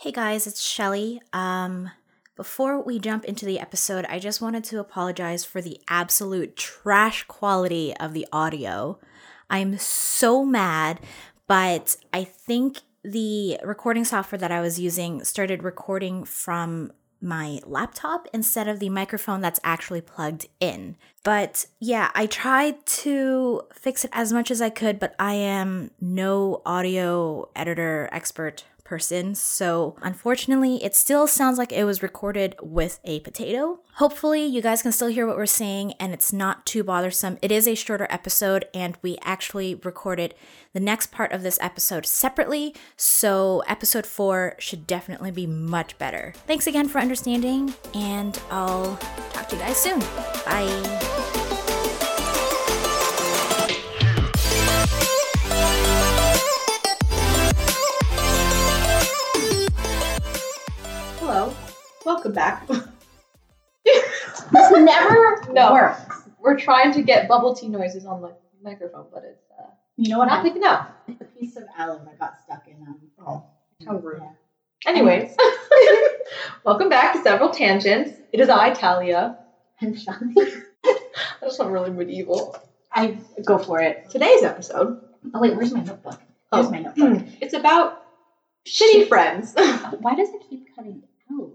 Hey guys, it's Shelly. Um, before we jump into the episode, I just wanted to apologize for the absolute trash quality of the audio. I'm so mad, but I think the recording software that I was using started recording from my laptop instead of the microphone that's actually plugged in. But yeah, I tried to fix it as much as I could, but I am no audio editor expert person. So unfortunately, it still sounds like it was recorded with a potato. Hopefully, you guys can still hear what we're saying and it's not too bothersome. It is a shorter episode, and we actually recorded the next part of this episode separately. So, episode four should definitely be much better. Thanks again for understanding, and I'll talk to you guys soon. Bye. Hello. Welcome back. This never No. works. We're trying to get bubble tea noises on the microphone, but it's uh, You know what not happened? picking up. A piece of alum I got stuck in. Um, Oh, how rude. Yeah. Anyways, welcome back to Several Tangents. It is I, Talia. And Shani. I just sound really medieval. I go for it. Today's episode, Oh wait, where's my notebook? Oh. Here's my notebook. it's about shitty friends. Why does it keep cutting out?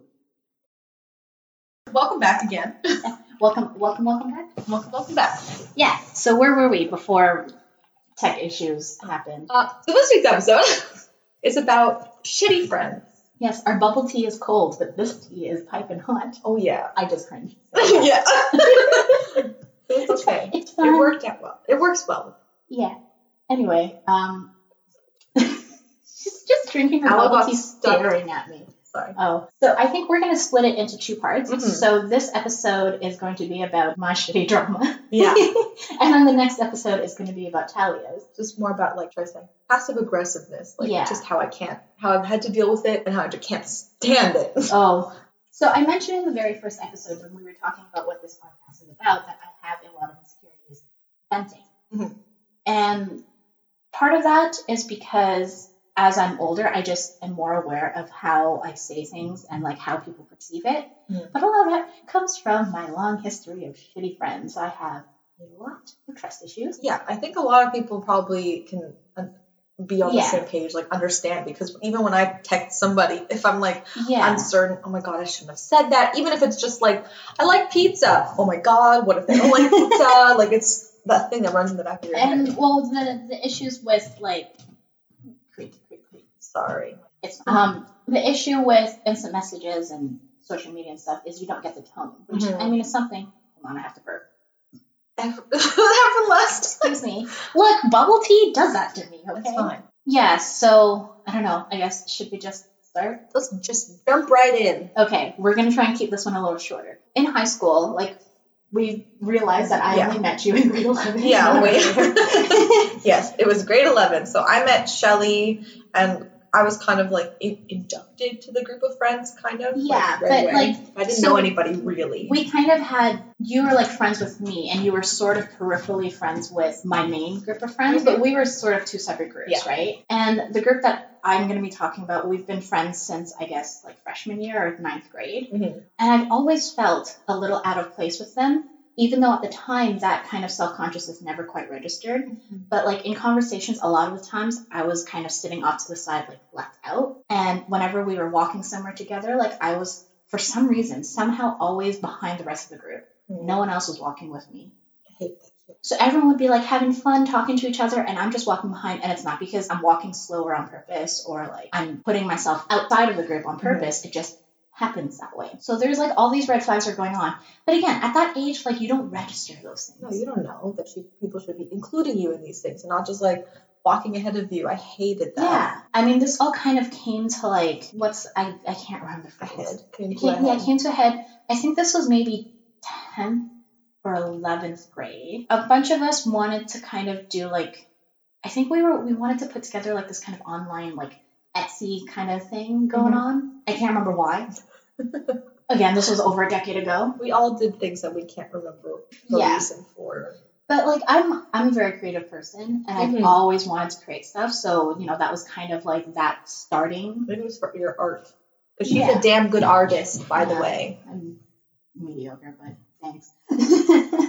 welcome back again. Welcome, welcome, welcome back. Welcome, welcome back. Yeah. So where were we before tech issues happened? Uh, so this week's episode is about shitty friends. Yes, our bubble tea is cold, but this tea is piping hot. Oh yeah. I just cringed. yeah. it's okay. It's It fine. worked out well. It works well. Yeah. Anyway, um, she's just drinking her Owl bubble got tea, stuck. staring at me. Sorry. Oh, so I think we're going to split it into two parts. Mhm. So this episode is going to be about my shitty drama. Yeah. and then the next episode is going to be about Talia's. just more about like try to say passive aggressiveness, like Yeah. just how I can't, how I've had to deal with it, and how I just can't stand it. Oh, so I mentioned in the very first episode when we were talking about what this podcast is about that I have a lot of insecurities venting. Mhm. And part of that is because as I'm older, I just am more aware of how I say things and like how people perceive it. Mhm. But a lot of that comes from my long history of shitty friends. I have a lot of trust issues. Yeah, I think a lot of people probably can uh, be on the Yeah. same page, like understand, because even when I text somebody, if I'm like Yeah. uncertain, oh my god, I shouldn't have said that. Even if it's just like I like pizza, oh my god, what if they don't like pizza? Like it's that thing that runs in the back of your head. and well, the, the issues with like, creep, creep, creep. Sorry. It's um the issue with instant messages and social media and stuff is you don't get the tone, which Mhm. I mean is something. Hold on, I have to burp. that happened last time. Excuse me. Look, bubble tea does that to me. Okay. That's fine. Yeah. So I don't know. I guess should we just start? Let's just jump right in. Okay, we're gonna try and keep this one a little shorter. In high school, like we realized that I Yeah. only met you in grade eleven. Yeah, wait. yes, it was grade 11. So I met Shelly and I was kind of like in- inducted to the group of friends, kind of. Yeah, right but, away. like, I didn't so know anybody really. we kind of had you were like friends with me and you were sort of peripherally friends with my main group of friends but we were sort of two separate groups Yeah. right and the group that i'm going to be talking about we've been friends since i guess like freshman year or ninth grade Mhm. and i've always felt a little out of place with them even though at the time that kind of self-consciousness never quite registered Mm-hmm. but like in conversations a lot of the times i was kind of sitting off to the side like left out and whenever we were walking somewhere together like i was for some reason somehow always behind the rest of the group no one else was walking with me I hate that. shit. so everyone would be like having fun talking to each other and i'm just walking behind and it's not because i'm walking slower on purpose or like i'm putting myself outside of the group Mm-hmm. on purpose it just happens that way so there's like all these red flags are going on but again at that age like you don't register those No, things you don't know that you, people should be including you in these things and not just like walking ahead of you. I hated that. Yeah, I mean, this all kind of came to like what's I I can't remember the I phrase. hated. It came, yeah, it came to a head. I think this was maybe tenth or eleventh grade. A bunch of us wanted to kind of do like, I think we were we wanted to put together like this kind of online like Etsy kind of thing going Mhm. on. I can't remember why. Again, this was over a decade ago. We all did things that we can't remember the Yeah. reason for. But like I'm I'm a very creative person and I've Mhm. always wanted to create stuff. So, you know, that was kind of like that starting. Maybe it was for your art. But she's Yeah. a damn good artist, by the Yeah. way. I'm mediocre, but thanks.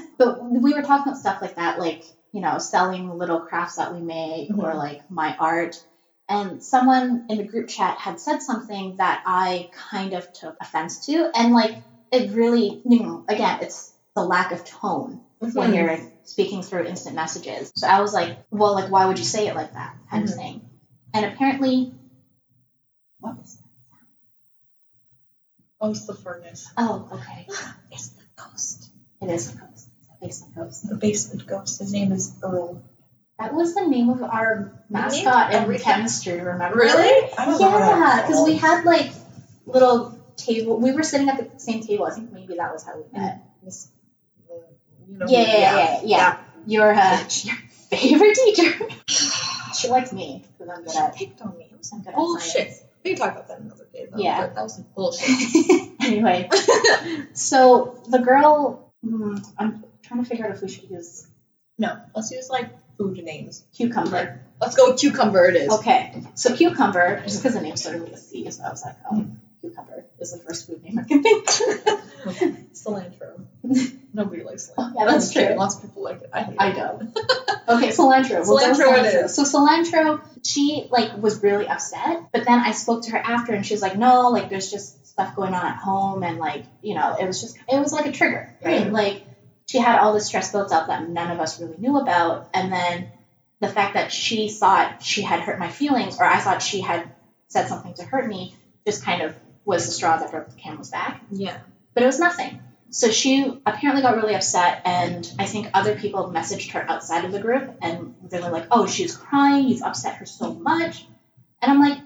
but we were talking about stuff like that, like, you know, selling little crafts that we make or Mhm. like my art. And someone in the group chat had said something that I kind of took offense to. And like, it really, you know, again, it's the lack of tone Mm-hmm. when you're speaking through instant messages. So I was like, well, like, why would you say it like that kind Mhm. of thing? And apparently, what was that? Oh, it's the furnace. Oh, okay. It's the ghost. It is a ghost. It's a basement ghost. The basement ghost. His name is Earl. That was the name of our named mascot in everything. chemistry, remember? I don't know what that was Yeah, because we called. had like little table. We were sitting at the same table. I think maybe that was how we met. Miss- you know, Mm, yeah, yeah, yeah, yeah, yeah. Your uh, Bitch. your favorite teacher. she liked me because I'm good She at picked on me. It was I'm good at bullshit. science. We can talk about that another day, though. Yeah. But that was bullshit. anyway, so the girl, mm, I'm trying to figure out if we should use no, let's use like food names. cucumber. Let's go cucumber. It is. Okay, so cucumber, just because the name's started with a C, so I was like, oh, cucumber is the first food name I can think. cilantro. Nobody likes Oh, cilantro. yeah, that's I'm kidding. true. Lots of people like it. I hate I it. don't. Okay, cilantro. We'll go with Cilantro it cilantro. is. So cilantro, she like was really upset, but then I spoke to her after, and she was like, "No, like there's just stuff going on at home, and like you know, it was just it was like a trigger, right? Right. Like she had all this stress built up that none of us really knew about, and then the fact that she thought she had hurt my feelings, or I thought she had said something to hurt me, just kind of was the straw that broke the camel's back Yeah. but it was nothing. So she apparently got really upset, and I think other people messaged her outside of the group, and they were like, "Oh, she's crying. You've upset her so much." And I'm like,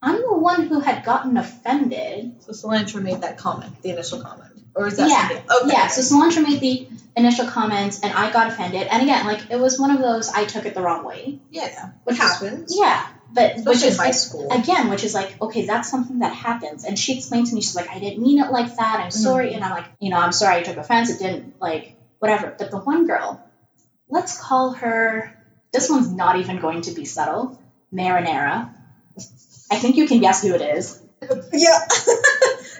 "I'm the one who had gotten offended." So cilantro made that comment, the initial comment, or is that Yeah. something? Okay. Yeah. So Cilantro made the initial comments, and I got offended. And again, like it was one of those I took it the wrong way. yeah. What Which is- happens? Yeah, but which Especially in is my school. again, which is like, okay, that's something that happens. And she explained to me, she's like, I didn't mean it like that. I'm sorry. And I'm like, you know, I'm sorry I took offense. It didn't like whatever. But the one girl, let's call her. This one's not even going to be subtle. Marinara. I think you can guess who it is. yeah.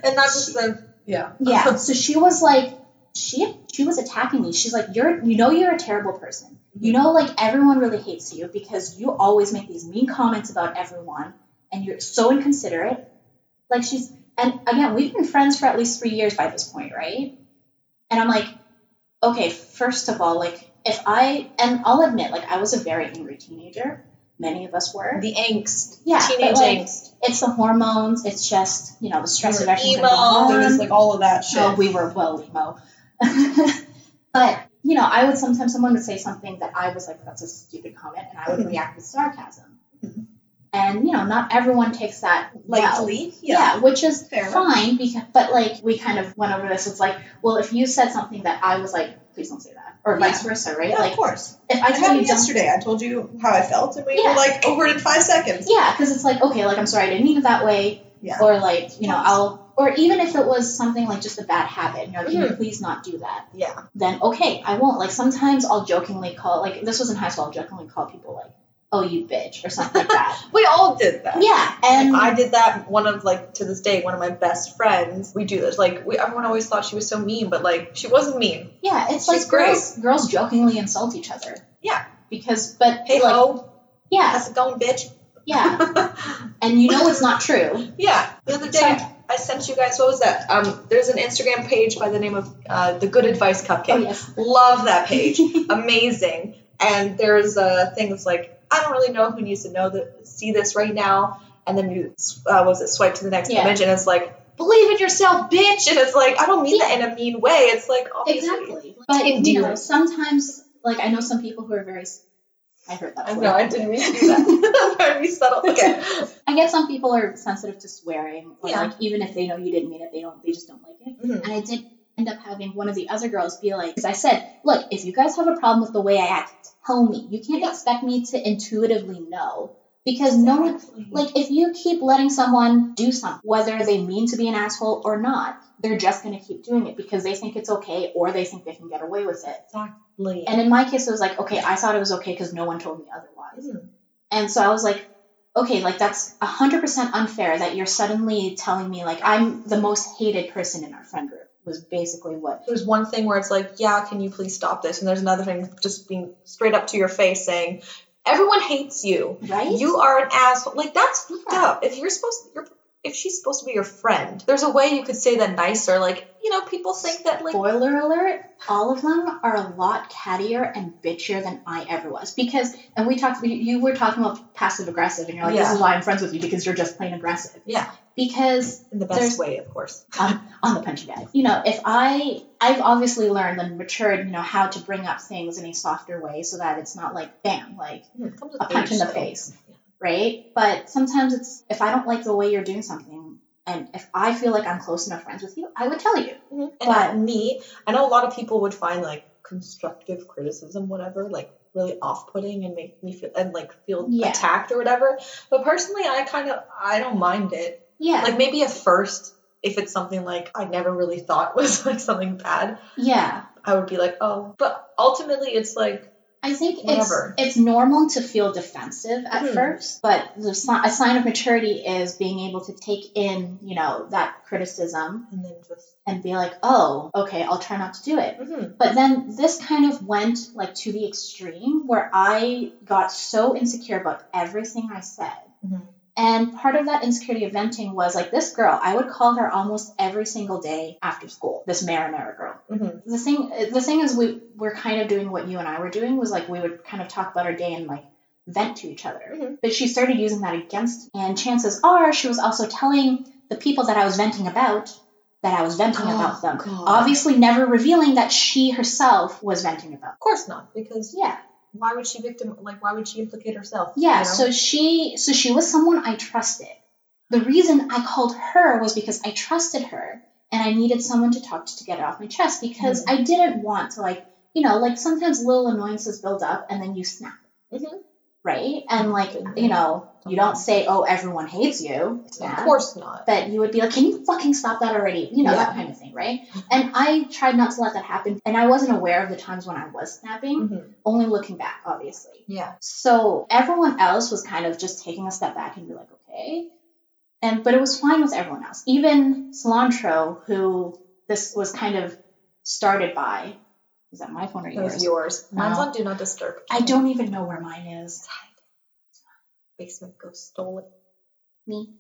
and not just the yeah. Yeah. so she was like, she she was attacking me. She's like, you're you know you're a terrible person. You know, like everyone really hates you because you always make these mean comments about everyone and you're so inconsiderate. Like she's and again, we've been friends for at least three years by this point, right? And I'm like, okay, first of all, like if I and I'll admit, like I was a very angry teenager. Many of us were. The angst. Yeah. but, Teenage like, angst. it's the hormones, it's just, you know, the stress We of were everything. emo. There was like all of that shit. Oh, we were well emo. but you know, I would sometimes someone would say something that I was like, "That's a stupid comment," and I would Mhm. react with sarcasm. Mhm. And you know, not everyone takes that well. Likely. Yeah, which is Fair enough. fine because, but like we kind of went over this. It's like, well, if you said something that I was like, "Please don't say that," or vice versa, right? Yeah, like of course. if I I tell had you it don't yesterday. I told you how I felt, and we Yeah. were like over it in five seconds. Yeah, because it's like, okay, like I'm sorry, I didn't mean it that way. Yeah. Or like, you know, I'll or even if it was something like just a bad habit, you know, can you Mhm. please not do that? Yeah. Then okay, I won't. Like sometimes I'll jokingly call like this was in high school, I'll jokingly call people like, oh you bitch or something like that. We all did that. yeah. And I did that. One of like to this day, one of my best friends. We do this. Like we, everyone always thought she was so mean, but like she wasn't mean. yeah, it's She's like girls girls jokingly insult each other. Yeah. Because but Hey like ho, yeah, how's it going, bitch? yeah. and you know it's not true. yeah. The other day, Some- I sent you guys. What was that? Um, there's an Instagram page by the name of uh, the Good Advice Cupcake. Oh yes. Love that page. Amazing. And there's a thing that's like, I don't really know who needs to know that see this right now. And then you uh, was it swipe to the next Yeah. image, and it's like, believe in yourself, bitch. And it's like, I don't mean that in a mean way. It's like, obviously. Exactly. But you know, Endearing. sometimes like I know some people who are very s- I heard that. I word. know I didn't mean to do that. that would be subtle. Okay. I get some people are sensitive to swearing, or Yeah. like even if they know you didn't mean it, they don't. They just don't like it. Mhm. And I did end up having one of the other girls be like, because I said, look, if you guys have a problem with the way I act, tell me. You can't expect me to intuitively know because no one like if you keep letting someone do something whether they mean to be an asshole or not they're just going to keep doing it because they think it's okay or they think they can get away with it exactly. and in my case it was like okay i thought it was okay because no one told me otherwise Mm. and so i was like okay like that's 100% unfair that you're suddenly telling me like i'm the most hated person in our friend group was basically what There's one thing where it's like, yeah, can you please stop this? And there's another thing just being straight up to your face saying, everyone hates you. right You are an asshole. Like that's fucked Yeah. up. If you're supposed, you're, if she's supposed to be your friend, there's a way you could say that nicer. Like you know, people think that like Spoiler alert, all of them are a lot cattier and bitchier than I ever was. Because, and we talked, you- you were talking about passive aggressive, and you're like, this Yeah. is why I'm friends with you, because you're just plain aggressive. Yeah. Because in the best there's- way, of course. on the punching bag, you know, if I, I've obviously learned and matured, you know, how to bring up things in a softer way so that it's not like, bam, like, It comes with Mm-hmm. a punch in the age, Mm-hmm. though. face, right? But sometimes it's if I don't like the way you're doing something, and if I feel like I'm close enough friends with you, I would tell you. Mhm. And But- me, I know a lot of people would find like constructive criticism, whatever, like really off-putting and make me feel and like feel Yeah. attacked or whatever. But personally, I kind of I don't mind it. Yeah, Like maybe at first, if it's something like I never really thought was like something bad, yeah. I would be like, oh. But ultimately, it's like I think Whatever. it's it's normal to feel defensive at Mhm. first, but the, si- a sign of maturity is being able to take in, you know, that criticism and then just and be like, "Oh, okay, I'll try not to do it." mhm. But then this kind of went like to the extreme where I got so insecure about everything I said. Mhm. And part of that insecurity of venting was like this girl, I would call her almost every single day after school, this Marinara girl Mhm. the thing the thing is we we're kind of doing what you and I were doing was like we would kind of talk about our day and like vent to each other. Mhm. But she started using that against me. And chances are she was also telling the people that I was venting about that I was venting Oh, about them. God. Obviously never revealing that she herself was venting about. Of course not, because Yeah. why would she victim? Like why would she implicate herself? Yeah, you know? so she so she was someone I trusted. The reason I called her was because I trusted her and I needed someone to talk to to get it off my chest because Mm-hmm. I didn't want to like, you know, like sometimes little annoyances build up and then you snap. Mhm. Right? And like, you know, you don't say, "Oh, everyone hates you." Mm-hmm. of Snap. course not. But you would be like, "Can you fucking stop that already?" You know, that Yeah. Mm-hmm. kind of thing, right? And I tried not to let that happen, and I wasn't aware of the times when I was snapping, Mhm. only looking back, obviously. Yeah. So everyone else was kind of just taking a step back and be like, okay. And but it was fine with everyone else. Even cilantro, who this was kind of started by. Is that my phone or That was yours? yours. Mine's Oh. on Do Not Disturb. I don't even know where mine is. basement ghost stole it. Me.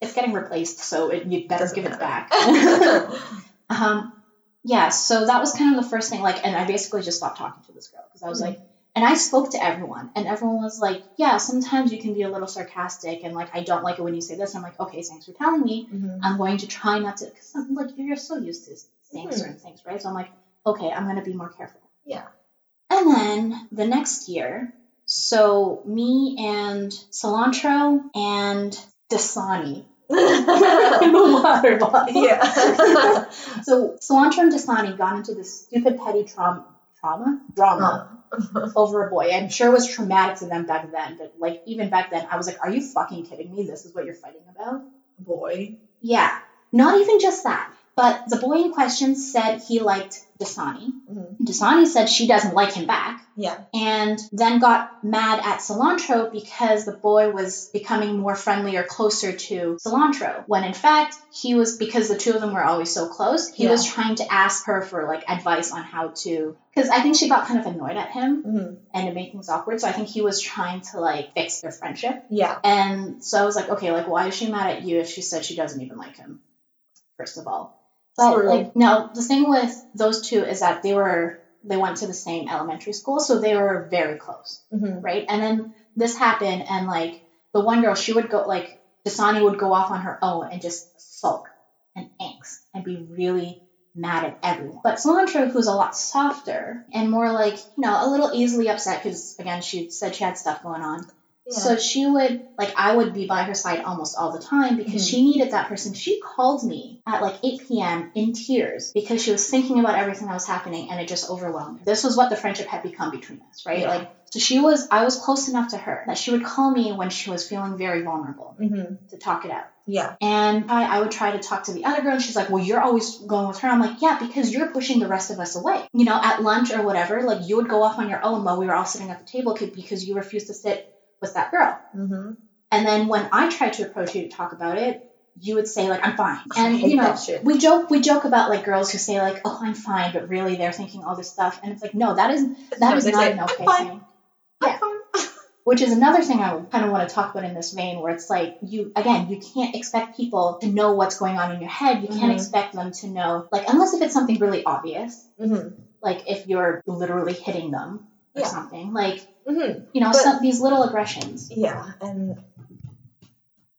It's getting replaced, so it, you'd better Doesn't give matter. it back. Mm-hmm. um, yeah, so that was kind of the first thing. Like, and I basically just stopped talking to this girl because I was Mhm. like, and I spoke to everyone, and everyone was like, yeah, sometimes you can be a little sarcastic, and like, I don't like it when you say this. And I'm like, okay, thanks for telling me. I'm going to try not to, because I'm like, you're so used to saying Mhm. certain things, right? So I'm like, okay, I'm going to be more careful. Yeah. And then the next year, so me and Cilantro and Dasani in the water bottle. yeah. So Cilantro and Dasani got into this stupid petty trauma, trauma, drama over a boy. I'm sure it was traumatic to them back then, but like even back then, I was like, "Are you fucking kidding me? This is what you're fighting about?" Boy. Yeah, not even just that, but the boy in question said he liked Dasani. Mhm. Dasani said she doesn't like him back. Yeah. And then got mad at Cilantro because the boy was becoming more friendly or closer to Cilantro. When in fact, he was, because the two of them were always so close, he Yeah. was trying to ask her for like advice on how to. Because I think she got kind of annoyed at him Mhm. and it made things awkward. So I think he was trying to like fix their friendship. Yeah. And so I was like, okay, like, why is she mad at you if she said she doesn't even like him? First of all. But True. like no, the thing with those two is that they were they went to the same elementary school, so they were very close, Mhm. right? And then this happened and like the one girl, she would go like Dasani would go off on her own and just sulk and angst and be really mad at everyone. But Cilantro, who's a lot softer and more like, you know, a little easily upset because again she said she had stuff going on Yeah. So she would like I would be by her side almost all the time because Mhm. she needed that person. She called me at like 8 p.m. in tears because she was thinking about everything that was happening and it just overwhelmed her. This was what the friendship had become between us, right? Yeah. Like so she was I was close enough to her that she would call me when she was feeling very vulnerable hmm to talk it out. Yeah. And I, I would try to talk to the other girl, and she's like, Well, you're always going with her. I'm like, Yeah, because you're pushing the rest of us away. You know, at lunch or whatever, like you would go off on your own while we were all sitting at the table c- because you refused to sit with that girl. Mm-hmm. And then when I tried to approach you to talk about it, you would say, like, I'm fine. And, hate you know, that shit. we joke we joke about like girls who say like, Oh, I'm fine, but really they're thinking all this stuff. And it's like, no, that is that No, is they not say, an "I'm okay fine. thing. I'm yeah. fine. Which is another thing I kind of want to talk about in this vein, where it's like you again, you can't expect people to know what's going on in your head. You can't Mhm. expect them to know, like, unless if it's something really obvious, Mhm. like if you're literally hitting them or Yeah. something, like Mhm. you know, But- some these little aggressions. Yeah. And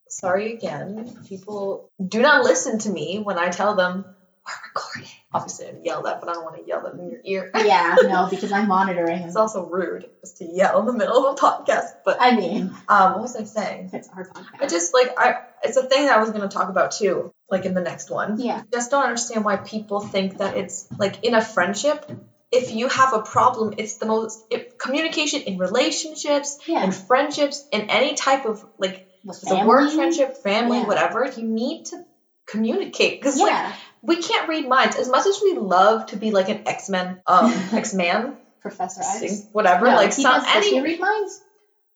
sorry again, people do not listen to me when I tell them we're recording. Obviously, I yell that, but I don't want to yell that in your ear. yeah, no, because I'm monitoring. It's them. also rude just to yell in the middle of a podcast. But I mean, um, what was I saying? it's our I podcast. just like I. It's a thing that I was going to talk about too, like in the next one. yeah, just don't understand why people think that it's like in a friendship if you have a problem it's the most it, communication in relationships yeah. and friendships in any type of like With it's a work family. friendship family Yeah. whatever you need to communicate because like Yeah, we can't read minds as much as we love to be like an x-men um x-man Professor Ives. sing- whatever No, like he some does, does he any read minds?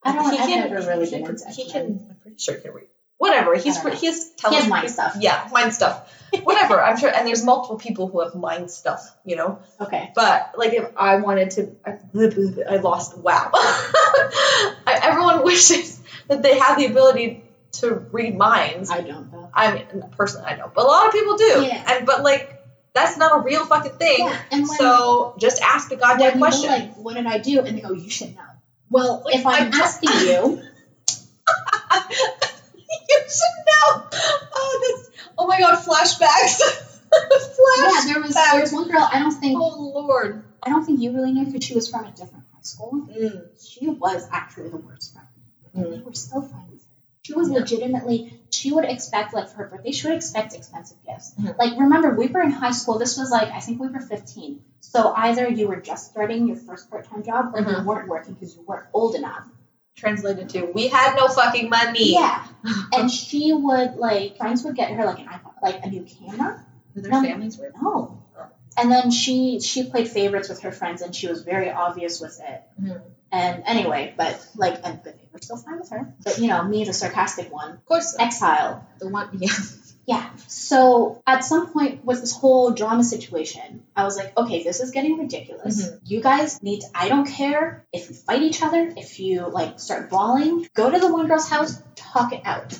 I don't. he I've can never really he been can- into he X-Men. can I'm pretty sure he can read whatever he's I don't know. he's He has telling mind stuff. yeah, mind stuff. Whatever, I'm sure. And there's multiple people who have mind stuff, you know. Okay. But like, if I wanted to, I, I lost. Wow. I, everyone wishes that they have the ability to read minds. I don't though. I mean, personally, I don't, but a lot of people do. Yeah. And but like, that's not a real fucking thing. Yeah, and when, So just ask the when goddamn people are question. like, what did I do? And they go, you should know. Well, Like, if I'm I- asking you, you should know. Oh, that's. Oh my god, flashbacks. yeah, Flash. there was there was one girl. I don't think Oh lord. I don't think you really knew because she was from a different high school. Mm. She was actually the worst friend. Mm. We were so friends. She was Yeah. legitimately. She would expect like for her birthday, she would expect expensive gifts. Mhm. Like remember, we were in high school. This was like I think we were 15. So either you were just starting your first part-time job, or you Mhm. weren't working because you weren't old enough. translated to we had no fucking money. Yeah. and she would like friends would get her like an iPod, like a new camera. Their No. families were No. And then she she played favorites with her friends, and she was very obvious with it. Mhm. And anyway, but like, and, but they were still fine with her. But you know, me, the sarcastic one, of course exile. the one yeah. Yeah. So at some point with this whole drama situation, I was like, okay, this is getting ridiculous. You guys need to, I don't care if you fight each other, if you like start bawling, go to the one girl's house, talk it out.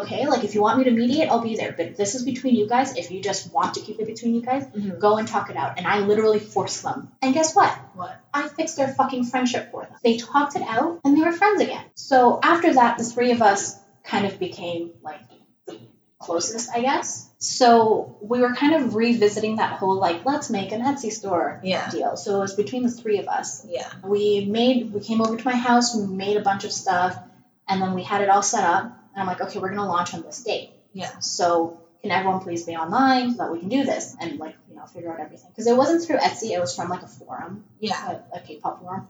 Okay, like if you want me to mediate, I'll be there. But this is between you guys. If you just want to keep it between you guys, Mhm. go and talk it out. And I literally forced them. And guess what? What? I fixed their fucking friendship for them. They talked it out and they were friends again. So after that, the three of us kind of became like the closest, I guess. So we were kind of revisiting that whole like, let's make an Etsy store Yeah. deal. So it was between the three of us Yeah. we made we came over to my house we made a bunch of stuff and then we had it all set up and i'm like okay we're going to launch on this date Yeah. so can everyone please be online so that we can do this and like you know figure out everything because it wasn't through etsy it was from like a forum Yeah. a, a k-pop forum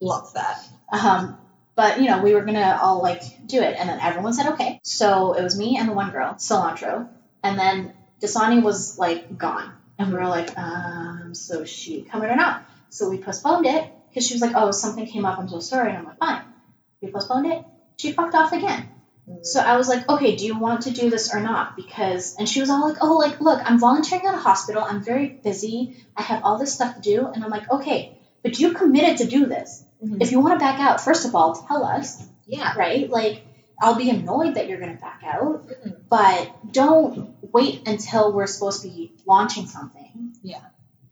Love that. um, but you know we were going to all like do it and then everyone said okay so it was me and the one girl cilantro and then Dasani was like gone and we were like, um, so is she coming or not? So we postponed it because she was like, oh, something came up. I'm so sorry. And I'm like, fine. We postponed it. She fucked off again. So I was like, okay, do you want to do this or not? Because, and she was all like, oh, like, look, I'm volunteering at a hospital. I'm very busy. I have all this stuff to do. And I'm like, okay, but you committed to do this. Mhm. If you want to back out, first of all, tell us, Yeah. right? Like, I'll be annoyed that you're going to back out Mhm. but don't wait until we're supposed to be launching something. Yeah.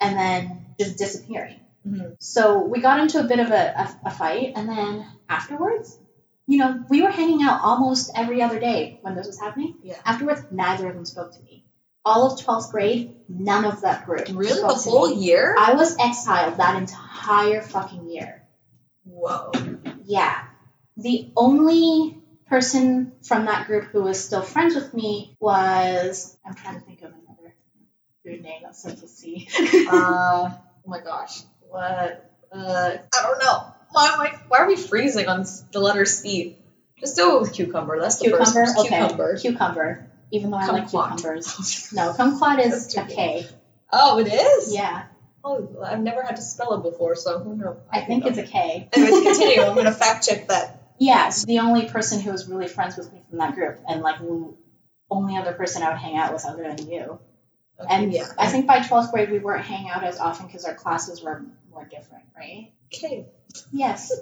And then just disappearing. Mhm. So we got into a bit of a, a, a fight, and then afterwards, you know, we were hanging out almost every other day when this was happening. Yeah. Afterwards, neither of them spoke to me. All of 12th grade, none of that group. Really? The spoke to whole me. year? I was exiled that entire fucking year. Whoa. Yeah. The only person from that group who was still friends with me was I'm trying to think of another weird name that starts with C. Uh, oh my gosh. What? Uh, I don't know. Why am I, Why are we freezing on s- the letter C? Just do it with cucumber. That's the first cucumber. one. Okay. Cucumber. Cucumber. Even though I like Kumquat. cucumbers. No, kumquat That's is too a K. Oh, it is? Yeah, Oh, I've never had to spell it before, so who knows? I think it's a K. Anyways, continue. I'm going to fact check that. Yeah, so the only person who was really friends with me from that group, and like the only other person I would hang out with other than you. Okay, And yeah. I think by 12th grade, we weren't hanging out as often because our classes were more different, right? Okay. Yes.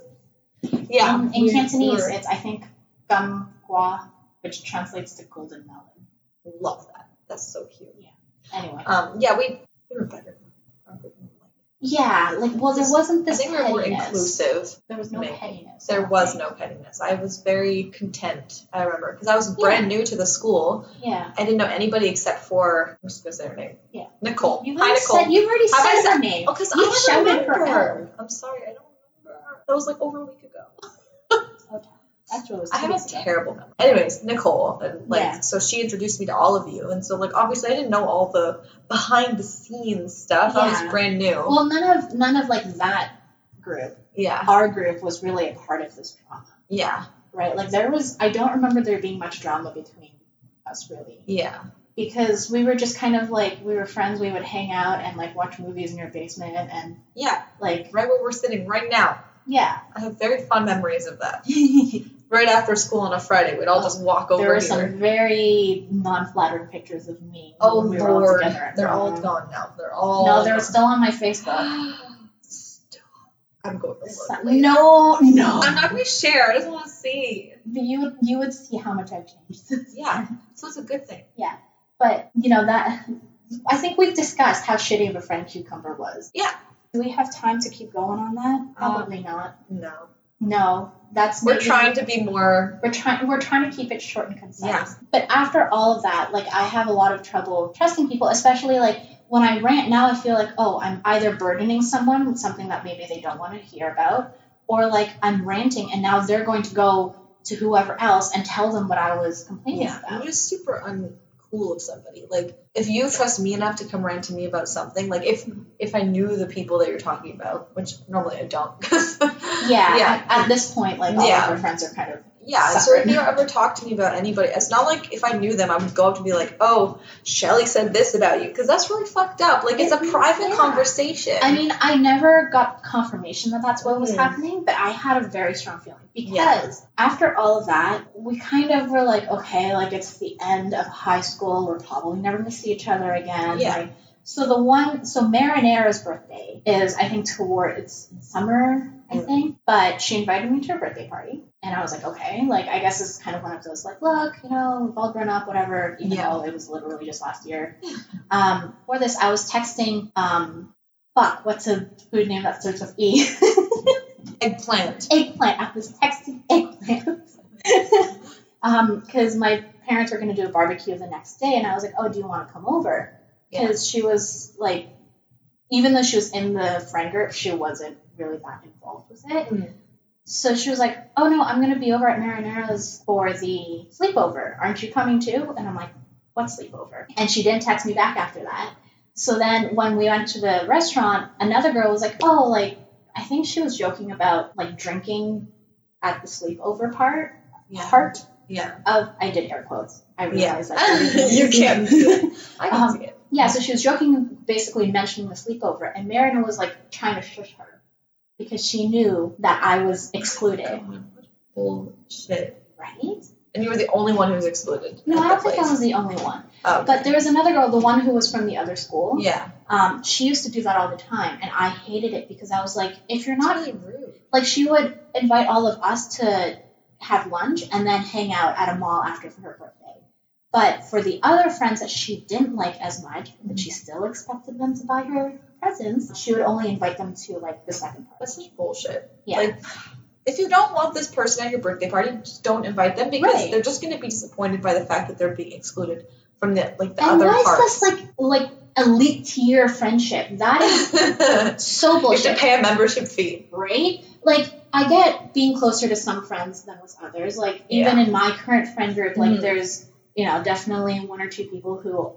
Yeah. Um, in we- Cantonese, we it's, I think, gum gua, which translates to golden melon. love that. That's so cute. Anyway. Um, yeah, we, we were better. Yeah, like, well, there wasn't I this think we were more pettiness. inclusive. There was no Maybe. pettiness. There was Okay. no pettiness. I was very content. I remember because I was Yeah. brand new to the school. Yeah. I didn't know anybody except for I'm just gonna say her name. Yeah. Nicole. You've Hi, already Nicole. said, you've already Have I said her said- name. oh, because I You've don't shouted for remember. her. I'm sorry, I don't remember. That was like over a week ago. That's what it was. I have a terrible. terrible memory. Anyways, Nicole, and like, Yeah. so she introduced me to all of you, and so like obviously I didn't know all the behind the scenes stuff. I was Yeah. brand new. Well, none of none of like that group, yeah, our group was really a part of this drama, yeah, right? Like there was, I don't remember there being much drama between us really, yeah, because we were just kind of like we were friends. We would hang out and like watch movies in your basement and yeah. like Right where we're sitting right now. yeah. I have very fond memories of that. there Right after school on a Friday, we'd all Oh, just walk over were here. some very non-flattering pictures of me Oh when we were all lord, together. at they're all prom. gone now. They're all No, they're still on my Facebook. Stop. I'm going to look. later. No, no. I'm not going to share. I just want to see. You would you would see how much I've changed. Yeah, so it's a good thing. But you know that I think we've discussed how shitty of a friend cucumber was. Yeah. Do we have time to keep going on that? Probably not. No, No, that's we're maybe- trying to be more. We're trying. We're trying to keep it short and concise. Yeah. But after all of that, like I have a lot of trouble trusting people, especially like when I rant now. I feel like oh, I'm either burdening someone with something that maybe they don't want to hear about, or like I'm ranting and now they're going to go to whoever else and tell them what I was complaining Yeah, about. I'm just super uncool of somebody. Like, if you trust me enough to come rant to me about something, like if if I knew the people that you're talking about, which normally I don't. yeah, yeah, At, at this point, like all Yeah. of our friends are kind of Yeah, and so Separate. if you ever talk to me about anybody, it's not like if I knew them, I would go up to be like, "Oh, Shelly said this about you," because that's really fucked up. Like it's a Mhm, private yeah. conversation. I mean, I never got confirmation that that's what was Mhm. happening, but I had a very strong feeling because Yeah. after all of that, we kind of were like, okay, like it's the end of high school. We're probably never going to see each other again. Yeah. Like, so the one, so Marinara's birthday is, I think, toward it's in summer, I Mhm. think. But she invited me to her birthday party, and I was like, okay, like I guess it's kind of one of those, like, look, you know, we've all grown up, whatever. Even Yeah. though it was literally just last year. Um, for this, I was texting, um, fuck, what's a food name that starts with E? Eggplant. eggplant. I was texting eggplant. um, because my parents were gonna do a barbecue the next day, and I was like, "Oh, do you want to come over?" Because she was like, even though she was in the friend group, she wasn't really that involved with it. Mm. So she was like, "Oh no, I'm gonna be over at Marinara's for the sleepover. Aren't you coming too?" And I'm like, "What sleepover?" And she didn't text me back after that. So then when we went to the restaurant, another girl was like, "Oh, like." I think she was joking about like drinking at the sleepover part Yeah. part Yeah. of I did air quotes. I Yeah. realized that. you can see it. I can Um, see it. yeah, so she was joking basically mentioning the sleepover and Mariner was like trying to shush her because she knew that I was excluded, God, Bullshit. right? And you were the only one who was excluded. No, at the I don't think I place. was the only one. Oh, But there was another girl, the one who was from the other school. yeah, Um, she used to do that all the time and I hated it because I was like, if you're not not really rude. like she would invite all of us to have lunch and then hang out at a mall after her birthday. But for the other friends that she didn't like as much, but she still expected them to buy her presents, she would only invite them to like the second part. That's such bullshit. Yeah. Like, if you don't want this person at your birthday party, just don't invite them because Right. they're just going to be disappointed by the fact that they're being excluded from the like the and other why parts. is this like like elite tier friendship? That is so you have to bullshit, pay a membership fee. right? Like I get being closer to some friends than with others. Like even in my current friend group, like Mhm. there's you know definitely one or two people who,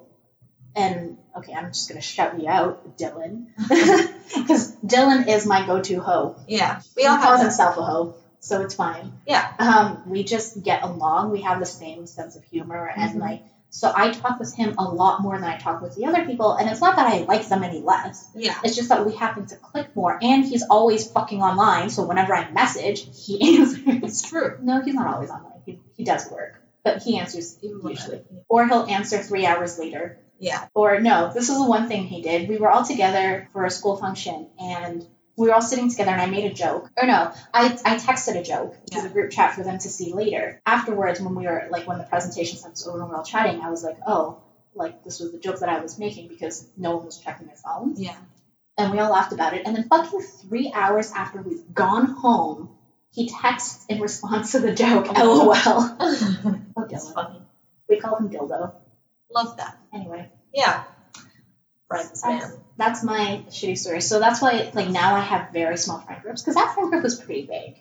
and okay, I'm just gonna shout you out, Dylan, because Dylan is my go-to hoe. Yeah. We He all calls have that. himself a hoe, so it's fine. Yeah. Um, we just get along. We have the same sense of humor and Mhm. like. So I talk with him a lot more than I talk with the other people, and it's not that I like them any less. Yeah. It's just that we happen to click more, and he's always fucking online. So whenever I message, he answers. It's true. No, he's not always online. He, he does work, but he answers usually. Or he'll answer three hours later. Yeah. Or no, this is the one thing he did. We were all together for a school function, and we were all sitting together, and I made a joke. Or no, I, I texted a joke to the group chat for them to see later. Afterwards, when we were like when the presentation was over and we were all chatting, I was like, oh, like this was the joke that I was making because no one was checking their phones Yeah. and we all laughed about it. And then fucking three hours after we've gone home, he texts in response to the joke, LOL. Oh, It's Dylan. funny. We call him Dildo. Love that. Anyway, Yeah. Friends that's, there. that's my shitty story. So that's why, like, now I have very small friend groups because that friend group was pretty big.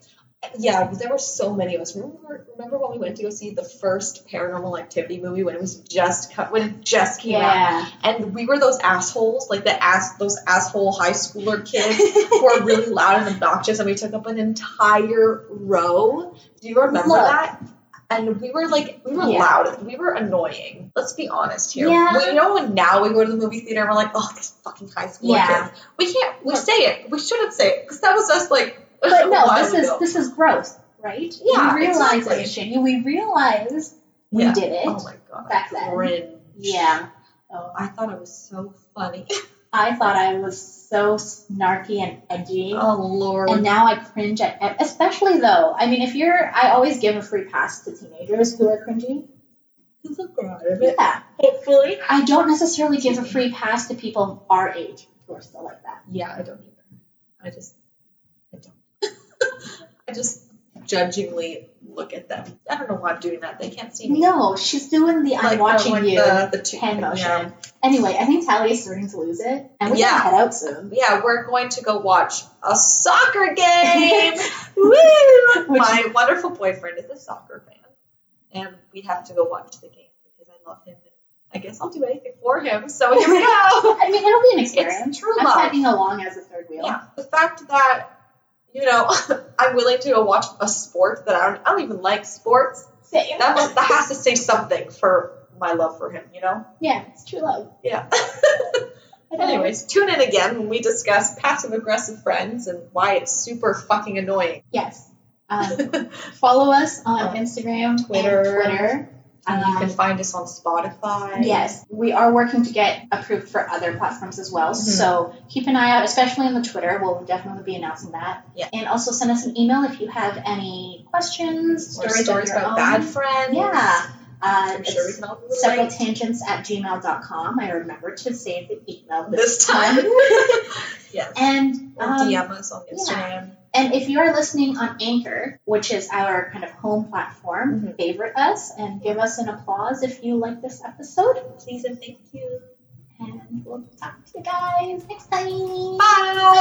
Yeah, there were so many of us. Remember, remember when we went to go see the first Paranormal Activity movie when it was just co- when it just came out? And we were those assholes, like the ass, those asshole high schooler kids who are really loud and obnoxious, and we took up an entire row. Do you remember Look. that? And we were like, we were Yeah. loud, we were annoying. Let's be honest here. Yeah. We, you know when now we go to the movie theater and we're like, oh, these fucking high school Yeah. kids. We can't. We say it. We shouldn't say it because that was us like. But a no, while this is ago. this is growth, right? Yeah, we realize exactly. it was shitty. We realize we Yeah. did it. Oh my god. back then. Cringe. yeah. Oh, I thought it was so funny. I thought I was so snarky and edgy. Oh lord. And now I cringe at, at- especially though. I mean, if you're, I always give a free pass to teenagers who are cringy. It's a grow out of it. Yeah, Hopefully. I don't necessarily give a free pass to people our age who are still like that. Yeah, I don't either. I just, I don't. I just judgingly look at them. I don't know why I'm doing that. They can't see me. No, she's doing the I'm Like the- watching like you The, the two- hand motion. Yeah. Anyway, I think Tally is starting to lose it, and we Yeah. gotta head out soon. Yeah, we're going to go watch a soccer game. Woo! Which- My wonderful boyfriend is a soccer fan, and we have to go watch the game because I love him. And I guess I'll do anything for him. So here we go. I mean, it'll be an experience. it's true I'm love. tagging along as a third wheel. Yeah, the fact that you know I'm willing to go watch a sport that I don't, I don't even like sports. Same. That must, that has to say something for my love for him. You know. yeah, it's true love. Yeah. I don't know. Anyways, tune in again when we discuss passive aggressive friends and why it's super fucking annoying. yes. Um, follow us on Um, Instagram, Twitter. and Twitter. and you Um, can find us on Spotify. Yes, we are working to get approved for other platforms as well. Mhm. So keep an eye out, especially on the Twitter. We'll definitely be announcing that. Yeah. And also send us an email if you have any questions, Or stories, of stories your about own. bad friends. Yeah. Uh, I'm sure we it's can all several relate tangents at gmail.com. I remember to save the email this, this time. yes. And Or um, DM us on Instagram. and if you are listening on Anchor, which is our kind of home platform, Mhm. favorite us and give us an applause if you like this episode. Please and thank you. And we'll talk to you guys next time. Bye.